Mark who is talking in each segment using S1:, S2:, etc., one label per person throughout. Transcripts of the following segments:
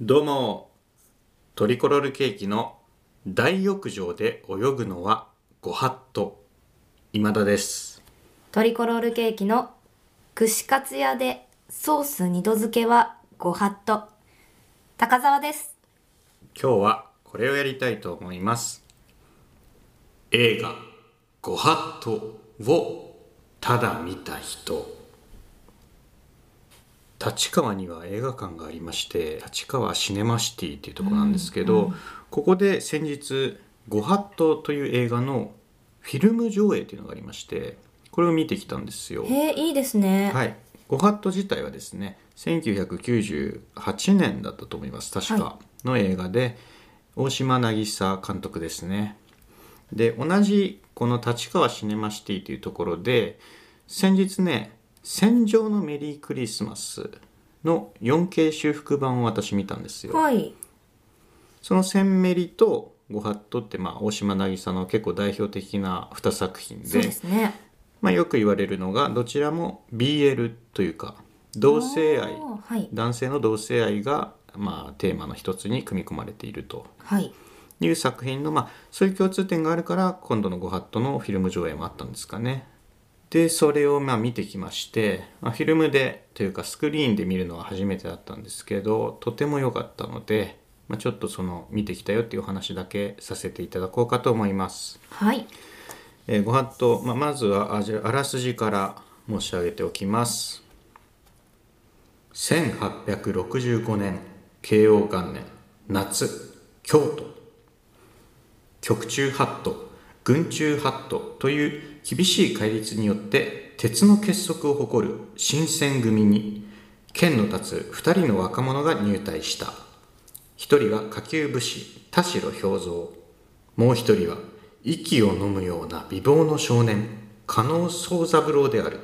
S1: どうもトリコロールケーキの大浴場で泳ぐのはご法度今田です
S2: トリコロールケーキの串カツ屋でソース二度漬けはご法度高澤です
S1: 今日はこれをやりたいと思います映画「ご法度」をただ見た人立川には映画館がありまして立川シネマシティっていうところなんですけど、ここで先日「ご法度」という映画のフィルム上映っていうのがありましてこれを見てきたんですよ。
S2: へえいいですねい、
S1: はい、ゴハット自体はですね1998年だったと思います確か、
S2: は
S1: の映画で大島渚監督ですねで同じこの立川シネマシティというところで先日ね「戦場のメリークリスマス」の 4K 修復版を私見たんですよ、
S2: はい、
S1: その「センメリ」と「ゴハット」って、まあ、大島渚の結構代表的な2作品で
S2: そうですね
S1: まあ、よく言われるのがどちらも BL というか同性愛
S2: おーはい
S1: 男性の同性愛が、まあ、テーマの一つに組み込まれていると
S2: はい
S1: いう作品の、まあ、そういう共通点があるから今度の「ご法度」のフィルム上映もあったんですかね。でそれをまあ見てきまして、まあ、フィルムでというかスクリーンで見るのは初めてだったんですけどとても良かったので、まあ、ちょっとその見てきたよっていうお話だけさせていただこうかと思います。
S2: はい
S1: えーご法度、まあ、まずはあじゃああらすじから申し上げておきます1865年慶応元年夏京都局中法度軍中法度という厳しい戒律によって鉄の結束を誇る新選組に剣の立つ2人の若者が入隊した一人は下級武士田代兵蔵もう一人は息を飲むような美貌の少年加納宗三郎である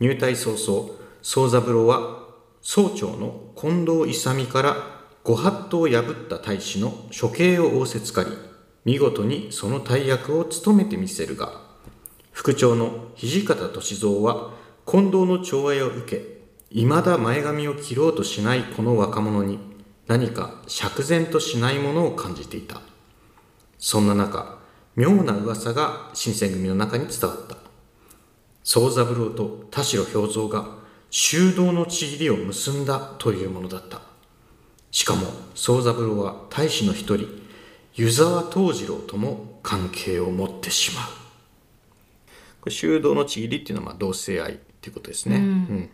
S1: 入隊早々宗三郎は総長の近藤勇から御法度を破った大使の処刑を仰せつかり見事にその大役を務めてみせるが副長の土方歳三は近藤の寵愛を受け未だ前髪を切ろうとしないこの若者に何か釈然としないものを感じていたそんな中妙な噂が新選組の中に伝わった宗三郎と田代兵蔵が修道の契りを結んだというものだったしかも宗三郎は大使の一人湯沢藤次郎とも関係を持ってしまうこれ修道の契りっていうのはまあ同性愛っていうことですね、うん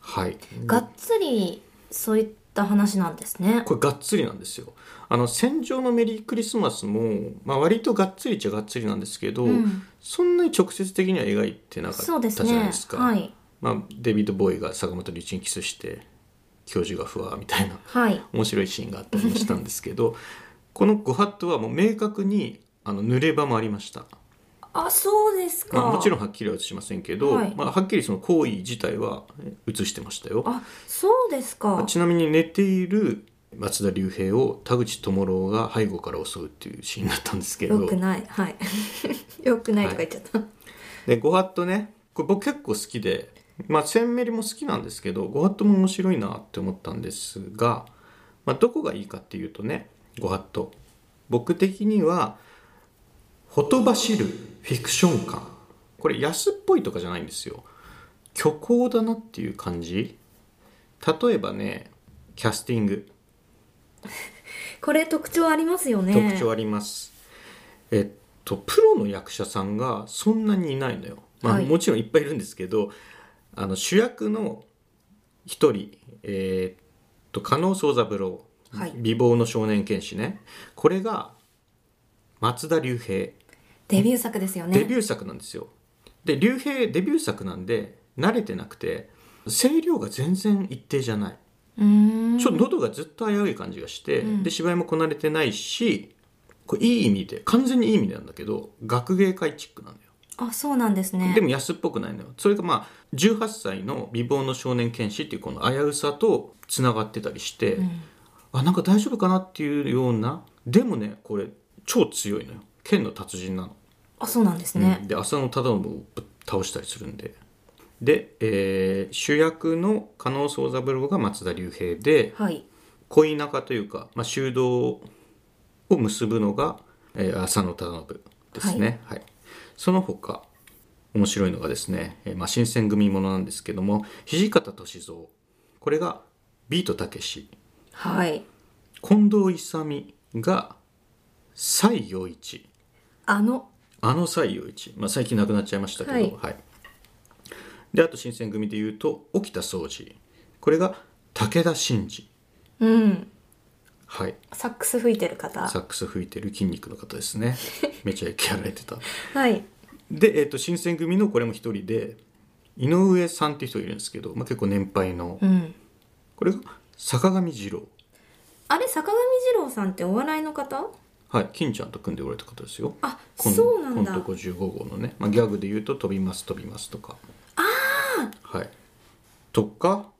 S1: はい
S2: がっつりそういった話なんですね
S1: これがっつりなんですよあの「戦場のメリークリスマスも」まあ、割とがっつりっちゃがっつりなんですけど、
S2: ん
S1: そんなに直接的には描いてなか
S2: そう
S1: った
S2: で
S1: じ
S2: す
S1: ゃない
S2: ね
S1: ですか
S2: はい
S1: まあ、デビッド・ボーイが坂本龍一にキスして教授が不安みたいな
S2: はい
S1: 面白いシーンがあったりもしたんですけど この「ご法度」はもう明確にあの濡れ場もありました、
S2: あそうですか、
S1: まあ、もちろ
S2: ん
S1: んはっきりは映しませんけど、
S2: はい
S1: まあ、はっきりその行為自体は映してましたよ
S2: あそうですか
S1: ちなみに寝ている松田龍平を田口智朗が背後から襲うっていうシーンだったんですけ
S2: よ
S1: ど
S2: くないはい よくないとか言っちゃった、
S1: でご法度ねこれ僕結構好きでまあ千メリも好きなんですけどご法度も面白いなって思ったんですが、まあ、どこがいいかっていうとねご法度僕的にはほとばしるフィクション感これ安っぽいとかじゃないんですよ虚構だなっていう感じ例えばねキャスティング
S2: これ特徴ありますよね
S1: 特徴あります、えっとプロの役者さんがそんなにいないのよ、まあ
S2: はい
S1: もちろんいっぱいいるんですけどあの主役の一人えーっと加納宗三郎、
S2: はい
S1: 美貌の少年剣士ねこれが松田龍平、
S2: デビュー作ですよね
S1: デビュー作なんですよで龍平デビュー作なんで慣れてなくて声量が全然一定じゃないう
S2: ーん
S1: ちょっと喉がずっと危うい感じがして、
S2: うん
S1: で芝居もこなれてないしこれいい意味で完全にいい意味なんだけど学芸会チックなんだよ、
S2: あそうなんですね
S1: でも安っぽくないのよそれがまあ18歳の美貌の少年剣士っていうこの危うさとつながってたりして、
S2: うん
S1: あなんか大丈夫かなっていうようなでもねこれ超強いのよ剣の達人なの、
S2: あそうなんです
S1: う
S2: ね
S1: ん、で浅野忠信をぶっ倒したりするんでで、えー主役の加納宗三郎が松田龍平で
S2: はい
S1: 恋仲というか、まあ、修道を結ぶのが、えー浅野忠信ですね、はいその他面白いのがですね、えーまあ、新選組ものなんですけども土方歳三これがビートたけし
S2: はい
S1: 近藤勇が西洋一
S2: あの
S1: あの西洋一、まあ、最近亡くなっちゃいましたけど、
S2: は
S1: はいいであと新選組でいうと沖田総司これが武田真治、
S2: うん
S1: はい、
S2: サックス吹いてる方
S1: サックス吹いてる筋肉の方ですね めちゃイケやられてた
S2: はい
S1: で、えー、と新選組のこれも一人で井上さんっていう人がいるんですけど、まあ、結構年配の
S2: うん
S1: これが坂上二郎
S2: あれ坂上二郎さんってお笑いの方
S1: はい金ちゃんと組んでおられた方ですよ
S2: あ
S1: コン
S2: そうなんだ
S1: コント55号のね、まあ、ギャグで言うと「飛びます飛びます」とかはいとか、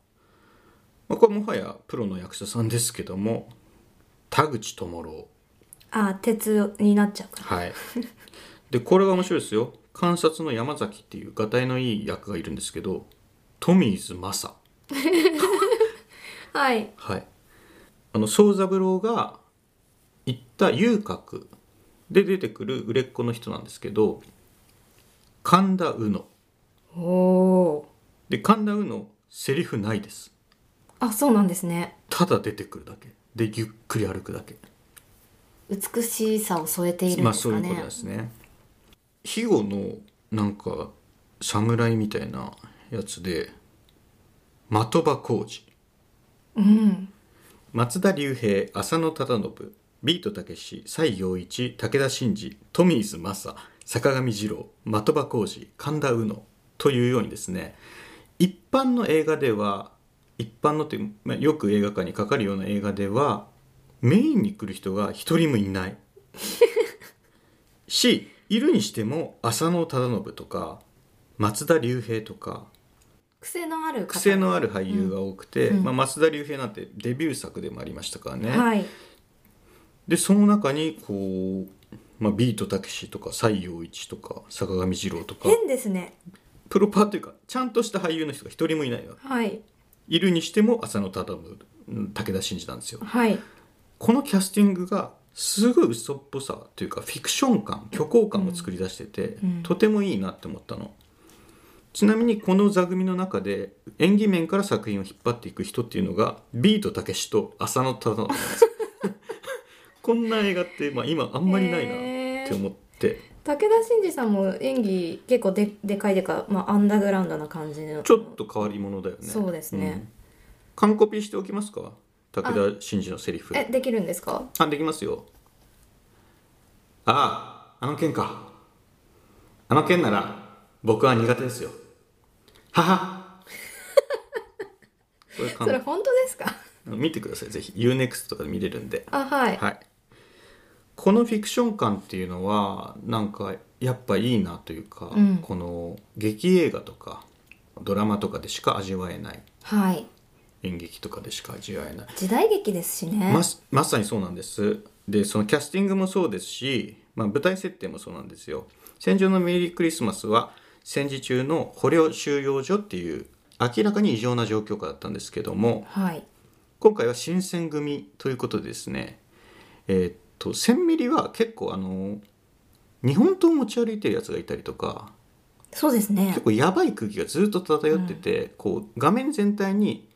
S1: まあ、これもはやプロの役者さんですけども田口智朗
S2: あ鉄になっちゃうから
S1: はいでこれが面白いですよ観察の山崎っていうがたいのいい役がいるんですけどトミーズマサ
S2: はい
S1: はいあの宗三郎が行った遊郭で出てくる売れっ子の人なんですけど神田うの
S2: おお
S1: で神田うのセリフないです
S2: ーあそうなんですね
S1: ただ出てくるだけでゆっくり歩くだけ
S2: 美しさを添えているん
S1: まあ
S2: です
S1: そう
S2: か
S1: いうこ
S2: ね
S1: とですね肥後のなんか侍みたいなやつで的場浩二
S2: うん
S1: 松田龍平浅野忠信ビートたけし西洋一武田真治トミーズ正坂上二郎的場浩二神田うのというようにですね一般の映画では一般のって、まあ、よく映画館にかかるような映画ではメインに来る人が一人もいないしいるにしても浅野忠信とか松田龍平とか
S2: 癖のある方
S1: 癖のある俳優が多くて、
S2: うんうん
S1: まあ、増田龍平なんてデビュー作でもありましたからね、
S2: はい
S1: でその中にこう、まあ、ビートたけしとか西洋一とか坂上二郎とか
S2: 変ですね
S1: プロパーというかちゃんとした俳優の人が一人もいないわ
S2: はい
S1: いるにしても浅野忠信うん武田真治なんですよ
S2: はい
S1: このキャスティングがすごい嘘っぽさというかフィクション感虚構感を作り出してて、
S2: うん
S1: とてもいいなって思ったのちなみにこの座組の中で演技面から作品を引っ張っていく人っていうのがビートたけしと浅野忠信なんです こんな映画って、まあ、今あんまりないなって思って
S2: 武田真治さんも演技結構ででかいでか、まあ、アンダーグラウンドな感じの
S1: ちょっと変わり者だよね
S2: そうですね、
S1: カンコピーしておきますか武田真治のセリフ
S2: えできるんですか
S1: あできますよあああの件かあの件なら僕は苦手ですよはは これ
S2: それ
S1: か
S2: 本当ですか
S1: ん見てくださいぜひ UNEXT とかで見れるんで
S2: あはい、
S1: はいこのフィクション感っていうのはなんかやっぱいいなというか、
S2: うん
S1: この劇映画とかドラマとかでしか味わえない
S2: はい、
S1: 演劇とかでしか味わえない
S2: 時代劇ですしね、
S1: まさまさにそうなんですでそのキャスティングもそうですし、まあ、舞台設定もそうなんですよ「戦場のメリークリスマス」は戦時中の捕虜収容所っていう明らかに異常な状況下だったんですけども
S2: はい
S1: 今回は新選組ということでですねえーっと千ミリは結構あの日本刀を持ち歩いてるやつがいたりとか
S2: そうですね
S1: 結構やばい空気がずっと漂ってて、こう画面全体に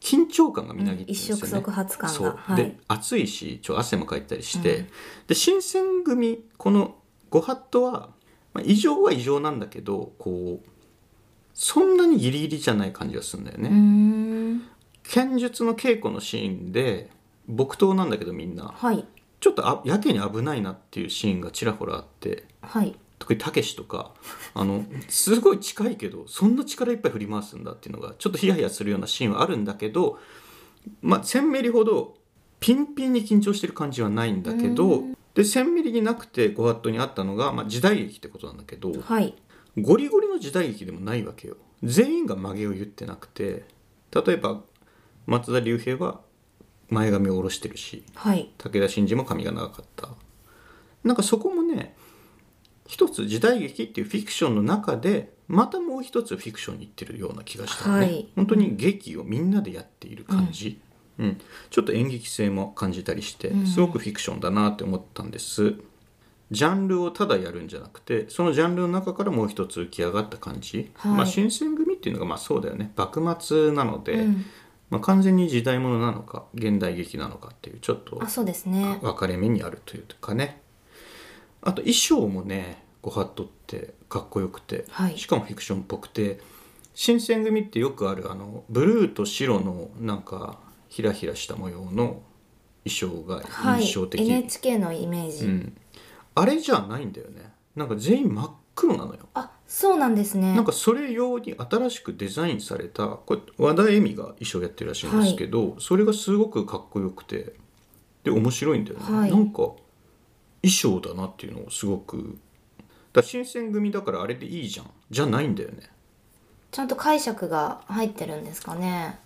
S1: 緊張感がみなぎってるんですよね、
S2: うん一触即発感が
S1: そう、
S2: はい
S1: で暑いしちょ汗もかいたりして、
S2: うん
S1: で新選組このご法度は、まあ、異常は異常なんだけどこうそんなにギリギリじゃない感じがするんだよね、
S2: うーん
S1: 剣術の稽古のシーンで木刀なんだけどみんな
S2: はい
S1: ちょっとあやけに危ないなっていうシーンがちらほらあって
S2: はい
S1: 特にたけしとかあのすごい近いけどそんな力いっぱい振り回すんだっていうのがちょっとヒヤヒヤするようなシーンはあるんだけど、まあ、1,000ミリほどピンピンに緊張してる感じはないんだけ
S2: う
S1: どで1,000ミリになくてご法度にあったのが、まあ、時代劇ってことなんだけど
S2: はい
S1: ゴリゴリの時代劇でもないわけよ全員が曲げを言ってなくて例えば松田龍平は前髪を下ろしてるし
S2: はい
S1: 武田真治も髪が長かったなんかそこもね一つ時代劇っていうフィクションの中でまたもう一つフィクションに行ってるような気がしたのね、
S2: はい
S1: 本当に劇をみんなでやっている感じ、うんちょっと演劇性も感じたりして
S2: うん
S1: すごくフィクションだなって思ったんです、ジャンルをただやるんじゃなくてそのジャンルの中からもう一つ浮き上がった感じ、
S2: はい
S1: まあ、新選組っていうのがまあそうだよね幕末なので、
S2: うん
S1: まあ、完全に時代物なのか現代劇なのかっていうちょっと
S2: あそうですね
S1: 分かれ目にあるというかねあと衣装もねご法度ってかっこよくて、
S2: はい
S1: しかもフィクションっぽくて新選組ってよくあるあのブルーと白のなんかひらひらした模様の衣装が
S2: はい
S1: 印象的、
S2: NHK のイメージ、
S1: うん、あれじゃないんだよねなんか全員真っ黒なのよ
S2: あそうなんですね
S1: なんかそれ用に新しくデザインされたこれ和田恵美が衣装やってるらしいんですけど、それがすごくかっこよくてで面白いんだよね、
S2: はい
S1: なんか衣装だなっていうのをすごくだから新選組だからあれでいいじゃんじゃないんだよね
S2: ちゃんと解釈が入ってるんですかね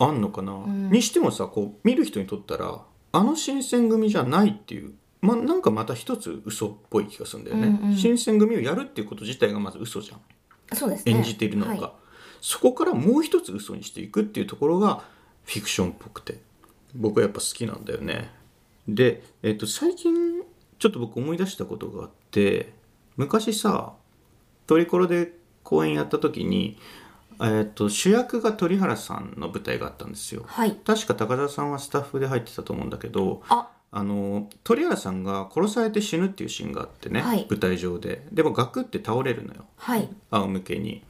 S1: あんのかな、
S2: ん
S1: にしてもさこう見る人にとったらあの新選組じゃないっていう、ま、なんかまた一つ嘘っぽい気がするんだよね、
S2: うんうん
S1: 新選組をやるっていうこと自体がまず嘘じゃん
S2: そうですね
S1: 演じているのが、
S2: はい
S1: そこからもう一つ嘘にしていくっていうところがフィクションっぽくて僕はやっぱ好きなんだよねで、えっと最近ちょっと僕思い出したことがあって昔さトリコロで公演やった時に、えっと主役が鳥原さんの舞台があったんですよ
S2: はい
S1: 確か高田さんはスタッフで入ってたと思うんだけど
S2: あ
S1: あの鳥原さんが殺されて死ぬっていうシーンがあってね、
S2: はい
S1: 舞台上ででもガクって倒れるのよ
S2: はい
S1: 仰向けに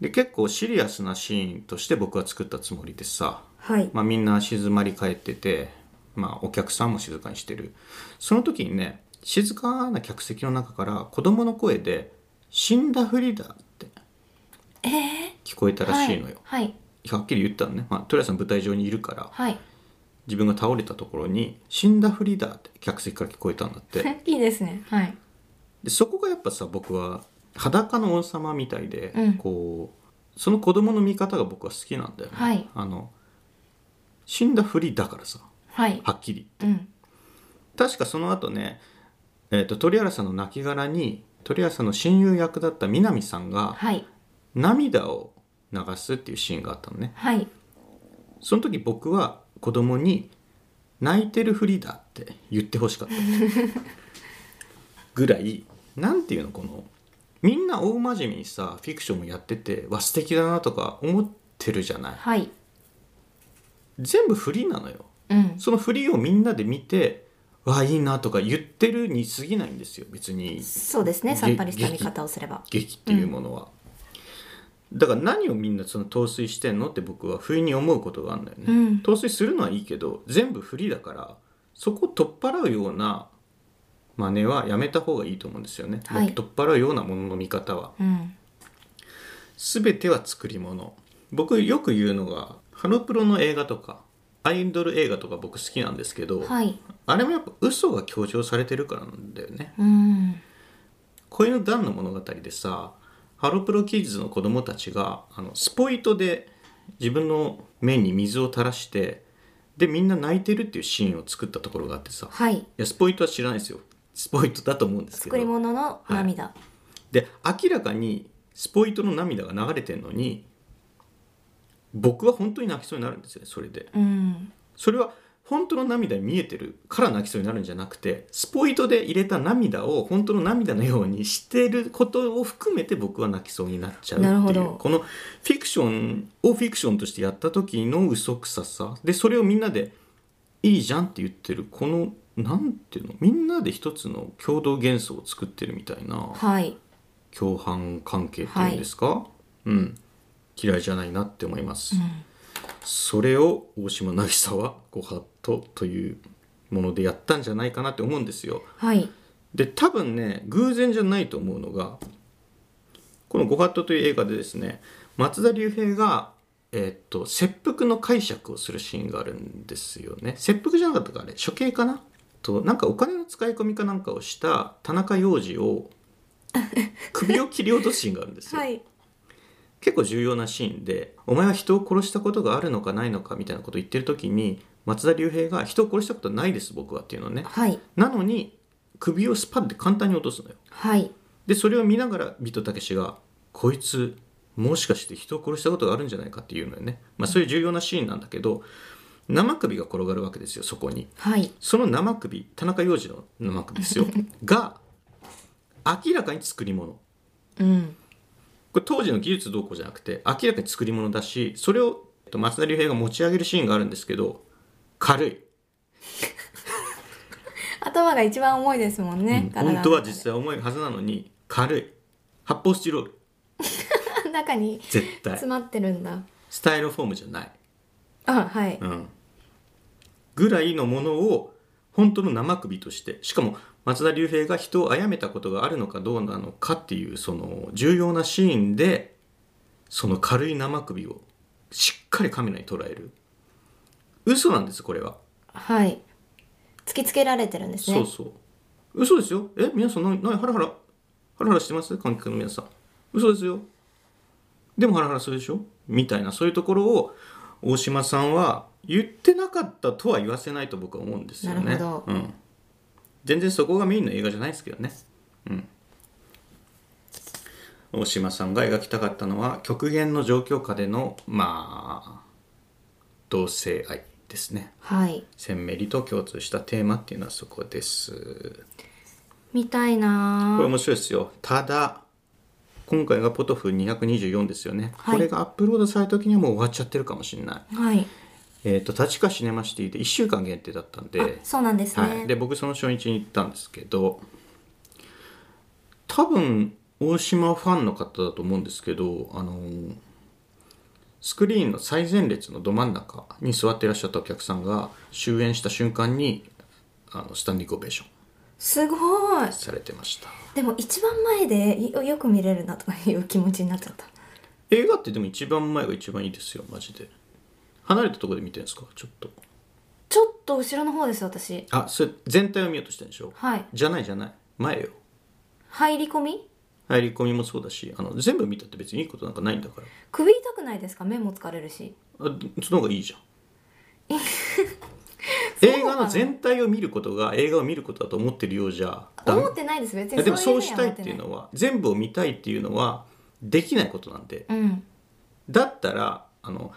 S1: で結構シリアスなシーンとして僕は作ったつもりでさ、
S2: はい
S1: まあ、みんな静まり返ってて、まあ、お客さんも静かにしてるその時にね静かな客席の中から子供の声で「死んだふりだ」って
S2: えー、
S1: 聞こえたらしいのよ、
S2: はい
S1: はっきり言ったのね、まあ、とりあえず舞台上にいるから
S2: はい、
S1: 自分が倒れたところに「死んだふりだ」って客席から聞こえたんだっ て
S2: はい、いいですねはい
S1: でそこがやっぱさ僕は裸の王様みたいで、
S2: うん
S1: こうその子供の見方が僕は好きなんだよね、
S2: はい
S1: あの死んだふりだからさ
S2: はい
S1: はっきり
S2: うん
S1: 確かその後ね、えー、と鳥原さんの亡骸に鳥原さんの親友役だった南さんが
S2: はい
S1: 涙を流すっていうシーンがあったのね
S2: はい
S1: その時僕は子供に「泣いてるふりだ」って言ってほしかったぐらいなんていうのこのみんな大真面目にさフィクションもやっててわ素敵だなとか思ってるじゃない
S2: はい
S1: 全部フリなのよ
S2: うん
S1: そのフリをみんなで見て「わいいな」とか言ってるに過ぎないんですよ別に
S2: そうですねさっぱりした見方をすれば
S1: 劇っていうものは、だから何をみんなその陶酔してんのって僕は不意に思うことがあるんだよね、
S2: うん
S1: 陶酔するのはいいけど全部フリだからそこを取っ払うような真似はやめた方がいいと思うんですよね、
S2: はい
S1: 取っ払うようなものの見方は
S2: うん
S1: 全ては作り物僕よく言うのがハロプロの映画とかアイドル映画とか僕好きなんですけど、
S2: はい
S1: あれもやっぱ嘘が強調されてるからなんだよね
S2: うん
S1: 恋の段の物語でさハロプロキッズの子供たちがあのスポイトで自分の面に水を垂らしてでみんな泣いてるっていうシーンを作ったところがあってさい
S2: はい
S1: やスポイトは知らないですよスポイトだと思うんですけ
S2: 作り
S1: ど
S2: 物の涙、
S1: で明らかにスポイトの涙が流れてるのに僕は本当に泣きそうになるんですよそれで
S2: うん
S1: それは本当の涙に見えてるから泣きそうになるんじゃなくてスポイトで入れた涙を本当の涙のようにしてることを含めて僕は泣きそうになっちゃうって
S2: なるほ
S1: い
S2: ど
S1: うこのフィクションをフィクションとしてやった時の嘘くささでそれをみんなで「いいじゃん」って言ってるこのなんていうのみんなで一つの共同幻想を作ってるみたいな
S2: はい
S1: 共犯関係っていうんですか、うん嫌いじゃないなって思います。
S2: うん
S1: それを大島渚はご法度というものでやったんじゃないかなって思うんですよ。
S2: はい
S1: で多分ね偶然じゃないと思うのがこの「ご法度」という映画でですね松田龍平が、えっと切腹の解釈をするシーンがあるんですよね。切腹じゃなかったかあれ処刑かなとなんかお金の使い込みかなんかをした田中洋次を首を切り落とすシーンがあるんですよ。
S2: い
S1: 結構重要なシーンで「お前は人を殺したことがあるのかないのか」みたいなことを言ってる時に松田龍平が「人を殺したことないです僕は」っていうのね
S2: はい
S1: なのに首をスパッて簡単に落とすのよ
S2: はい。
S1: でそれを見ながらビートたけしが「こいつもしかして人を殺したことがあるんじゃないか」っていうのよね、まあ、そういう重要なシーンなんだけど生首が転がるわけですよそこに
S2: はい。
S1: その生首田中要次の生首ですよが明らかに作り物
S2: うん。
S1: これ当時の技術どうこうじゃなくて明らかに作り物だしそれをえっと松田龍平が持ち上げるシーンがあるんですけど軽い
S2: 頭が一番重いですもんね。体の
S1: 本当は実際重いはずなのに軽い発泡スチロール
S2: 中に
S1: 絶対
S2: 詰まってるんだ。
S1: スタイロフォームじゃない、
S2: あ、はい。
S1: うん、ぐらいのものを本当の生首としてしかも松田龍平が人を殺めたことがあるのかどうなのかっていうその重要なシーンでその軽い生首をしっかりカメラに捉える嘘なんですこれは
S2: はい。突きつけられてるんですね。
S1: そうそう。嘘ですよ。え、皆さん、な、な、ハラハラ。ハラハラしてます観客の皆さん。嘘ですよ。でもハラハラするでしょみたいな、そういうところを、大島さんは言ってなかったとは言わせないと僕は思うんですよね。
S2: なるほど
S1: うん。全然そこがメインの映画じゃないですけどね。うん。大島さんが描きたかったのは、極限の状況下での、まあ、同性愛ですね。
S2: はい。
S1: 鮮明にと共通したテーマっていうのはそこです。
S2: みたい
S1: これ
S2: な
S1: 面白いですよ。ただ、今回がポトフ224ですよね。
S2: はい
S1: これがアップロードされた時にはもう終わっちゃってるかもしれない。
S2: ぁはい。
S1: えっ、と、立川シネマシティで1週間限定だったんで、
S2: あ、そうなんですね。
S1: はい、で、僕その初日に行ったんですけど、多分、大島ファンの方だと思うんですけど、あのースクリーンの最前列のど真ん中に座っていらっしゃったお客さんが終演した瞬間にあのスタンディングオベーション
S2: すごい。
S1: されてました
S2: でも一番前でいよく見れるなとかいう気持ちになっちゃった。
S1: 映画ってでも一番前が一番いいですよマジで離れたところで見てるんですかちょっと
S2: ちょっと後ろの方です、私。
S1: あそれ全体を見ようとしてるんでしょ、
S2: はい。
S1: じゃないじゃない前よ
S2: 入り込み
S1: 入り込みもそうだしあの全部見たって別にいいことなんかないんだから
S2: 首痛くないですか目も疲れるし。
S1: あその方がいいじゃん 映画の全体を見ることが映画を見ることだと思ってるようじゃダメ
S2: 思ってないです、別
S1: いや
S2: に。
S1: でもそう
S2: ふ
S1: し
S2: に
S1: た
S2: はい思
S1: って
S2: ない
S1: いうのは全部を見たいっていうのはできないことなんで
S2: うん。
S1: だったらあの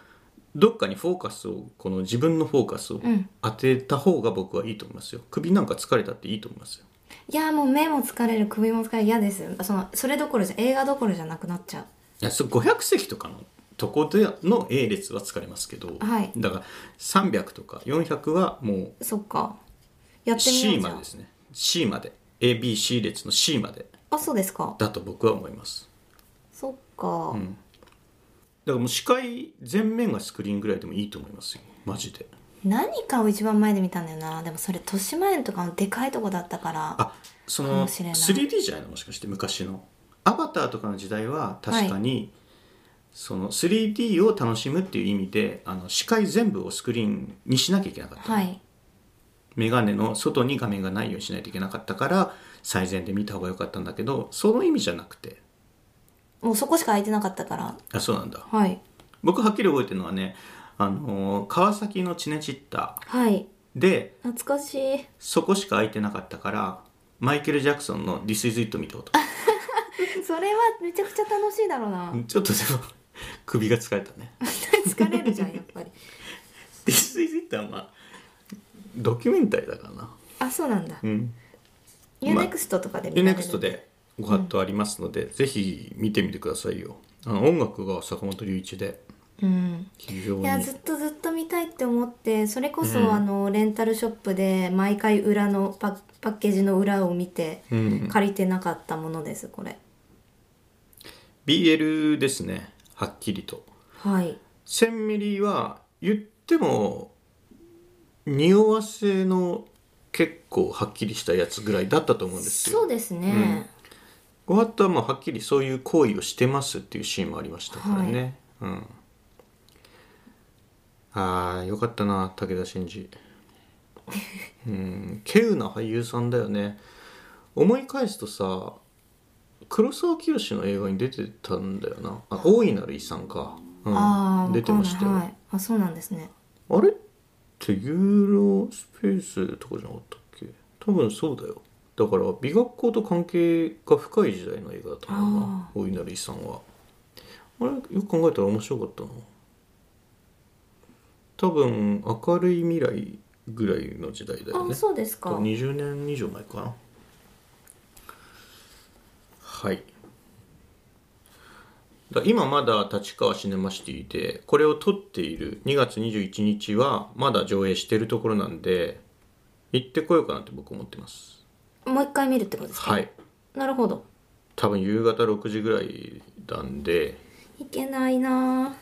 S1: どっかにフォーカスをこの自分のフォーカスを
S2: ん
S1: 当てた方が僕はいいと思いますよ、首なんか疲れたっていいと思いますよ
S2: いやもう目も疲れる首も疲れる嫌ですそのそれどころじゃ映画どころじゃなくなっちゃう
S1: いやそれ500席とかのとこでの A 列は疲れますけど、
S2: はい
S1: だから300とか400はも
S2: そっかやっ
S1: う
S2: てみ
S1: C
S2: ようじ
S1: ま
S2: ゃ
S1: でで
S2: ん
S1: すね C まで ABC 列の C まで
S2: あそうですか
S1: だと僕は思います
S2: そっか、
S1: だからもう視界全面がスクリーンぐらいでもいいと思いますよマジで
S2: 何かを一番前で見たんだよなでもそれ豊島園とかのでかいとこだったから
S1: あそ
S2: か
S1: の
S2: もしれない
S1: 3D じゃないのもしかして昔のアバターとかの時代は確かに、その 3D を楽しむっていう意味であの視界全部をスクリーンにしなきゃいけなかった、
S2: はい
S1: メガネの外に画面がないようにしないといけなかったから最善で見た方が良かったんだけどその意味じゃなくて
S2: もうそこしか空いてなかったから
S1: あそうなんだ
S2: はい
S1: 僕はっきり覚えてるのはねあのー川崎のチネチッタ
S2: はい
S1: で
S2: 懐かしい
S1: そこしか空いてなかったからマイケル・ジャクソンの「This is it」見た こと
S2: それはめちゃくちゃ楽しいだろうな
S1: ちょっとでも首が疲れたね
S2: 疲れるじゃんやっぱり
S1: This is it はまあドキュメンタリーだからな
S2: あそうなんだ
S1: うん
S2: ユーネクストとかで見られる
S1: UNEXT でご法度ありますので、ぜひ見てみてくださいよあの音楽が坂本龍一で
S2: うん
S1: 非常
S2: い
S1: に
S2: やずっとずっと見たいって思ってそれこそ、
S1: うん
S2: あのレンタルショップで毎回裏のパッパッケージの裏を見て、
S1: うん、
S2: 借りてなかったものですこれ
S1: BL ですねはっきりと
S2: はい
S1: 1000ミリは言っても匂わせの結構はっきりしたやつぐらいだったと思うんです
S2: そ
S1: よ
S2: うですね、
S1: ご法度はまあはっきりそういう行為をしてますっていうシーンもありましたからね、うんああよかったな武田真治うん稀有な俳優さんだよね思い返すとさ黒沢清の映画に出てたんだよなあ大いなる遺産か、うん
S2: ああ
S1: 出てましたよ、
S2: わかんないはい、あそうなんですね
S1: あれってユーロスペースとかじゃなかったっけ多分そうだよだから美学校と関係が深い時代の映画だったの
S2: あ
S1: なお稲荷さんはあれよく考えたら面白かったな多分明るい未来ぐらいの時代だよ
S2: あ
S1: ね
S2: そうですか
S1: 20年以上前かなはいだ今まだ立川シネマシティでこれを撮っている2月21日はまだ上映してるところなんで行ってこようかなって僕思ってます
S2: もう一回見るってことですか
S1: はい
S2: なるほど
S1: 多分夕方6時ぐらいなんで
S2: いけないな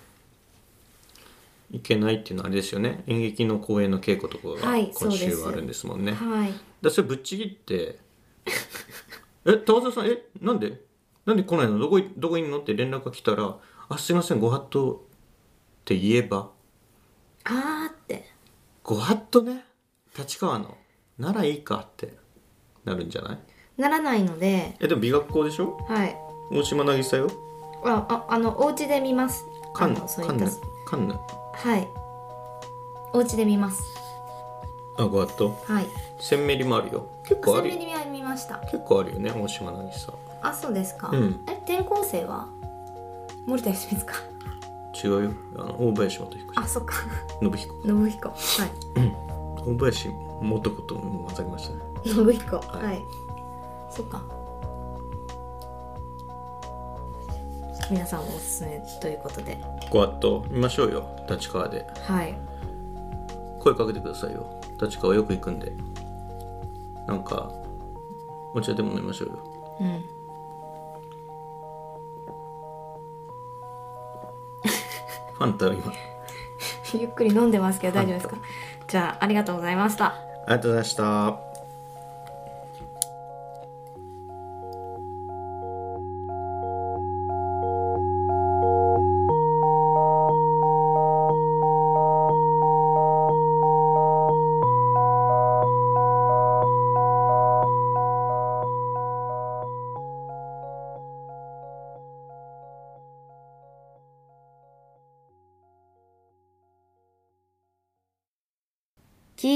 S1: 行けないっていうのはあれですよね演劇の公演の稽古とか
S2: は
S1: が
S2: いそう
S1: 今
S2: です
S1: 週はあるんですもんね、
S2: ぁはい
S1: だそれぶっちぎってえ高澤さんえなんでなんで来ないのどこいどこいんのって連絡が来たら「あすいませんご法度」って言えば
S2: あーって
S1: 「ご法度ね立川のならいいか」ってなるんじゃない
S2: ならないので
S1: えでも美学校でしょ
S2: はい
S1: 大島渚よ
S2: あああのお家で見ます
S1: カンヌ
S2: あのそうい
S1: カン
S2: った
S1: ヌカンヌ
S2: はいお家で見ます
S1: あご法度
S2: はい
S1: 鮮明にもあるよ結構ある
S2: 鮮明には見ました
S1: 結構あるよね大島渚
S2: あそうですか、
S1: うん
S2: え転校生は森田芳光か
S1: 違うよあの大林元彦
S2: あそっか
S1: 信彦
S2: 信彦はい
S1: 大林元子と混ざりましたね
S2: 信彦はいい、そっか皆さんもおすすめということで
S1: ごわっと見ましょうよ立川で
S2: はい
S1: 声かけてくださいよ立川よく行くんでなんかお茶でも飲みましょうよ
S2: うん
S1: ファンタ今あり
S2: ゆっくり飲んでますけど大丈夫ですかじゃあありがとうございました
S1: がとうございました
S3: 聞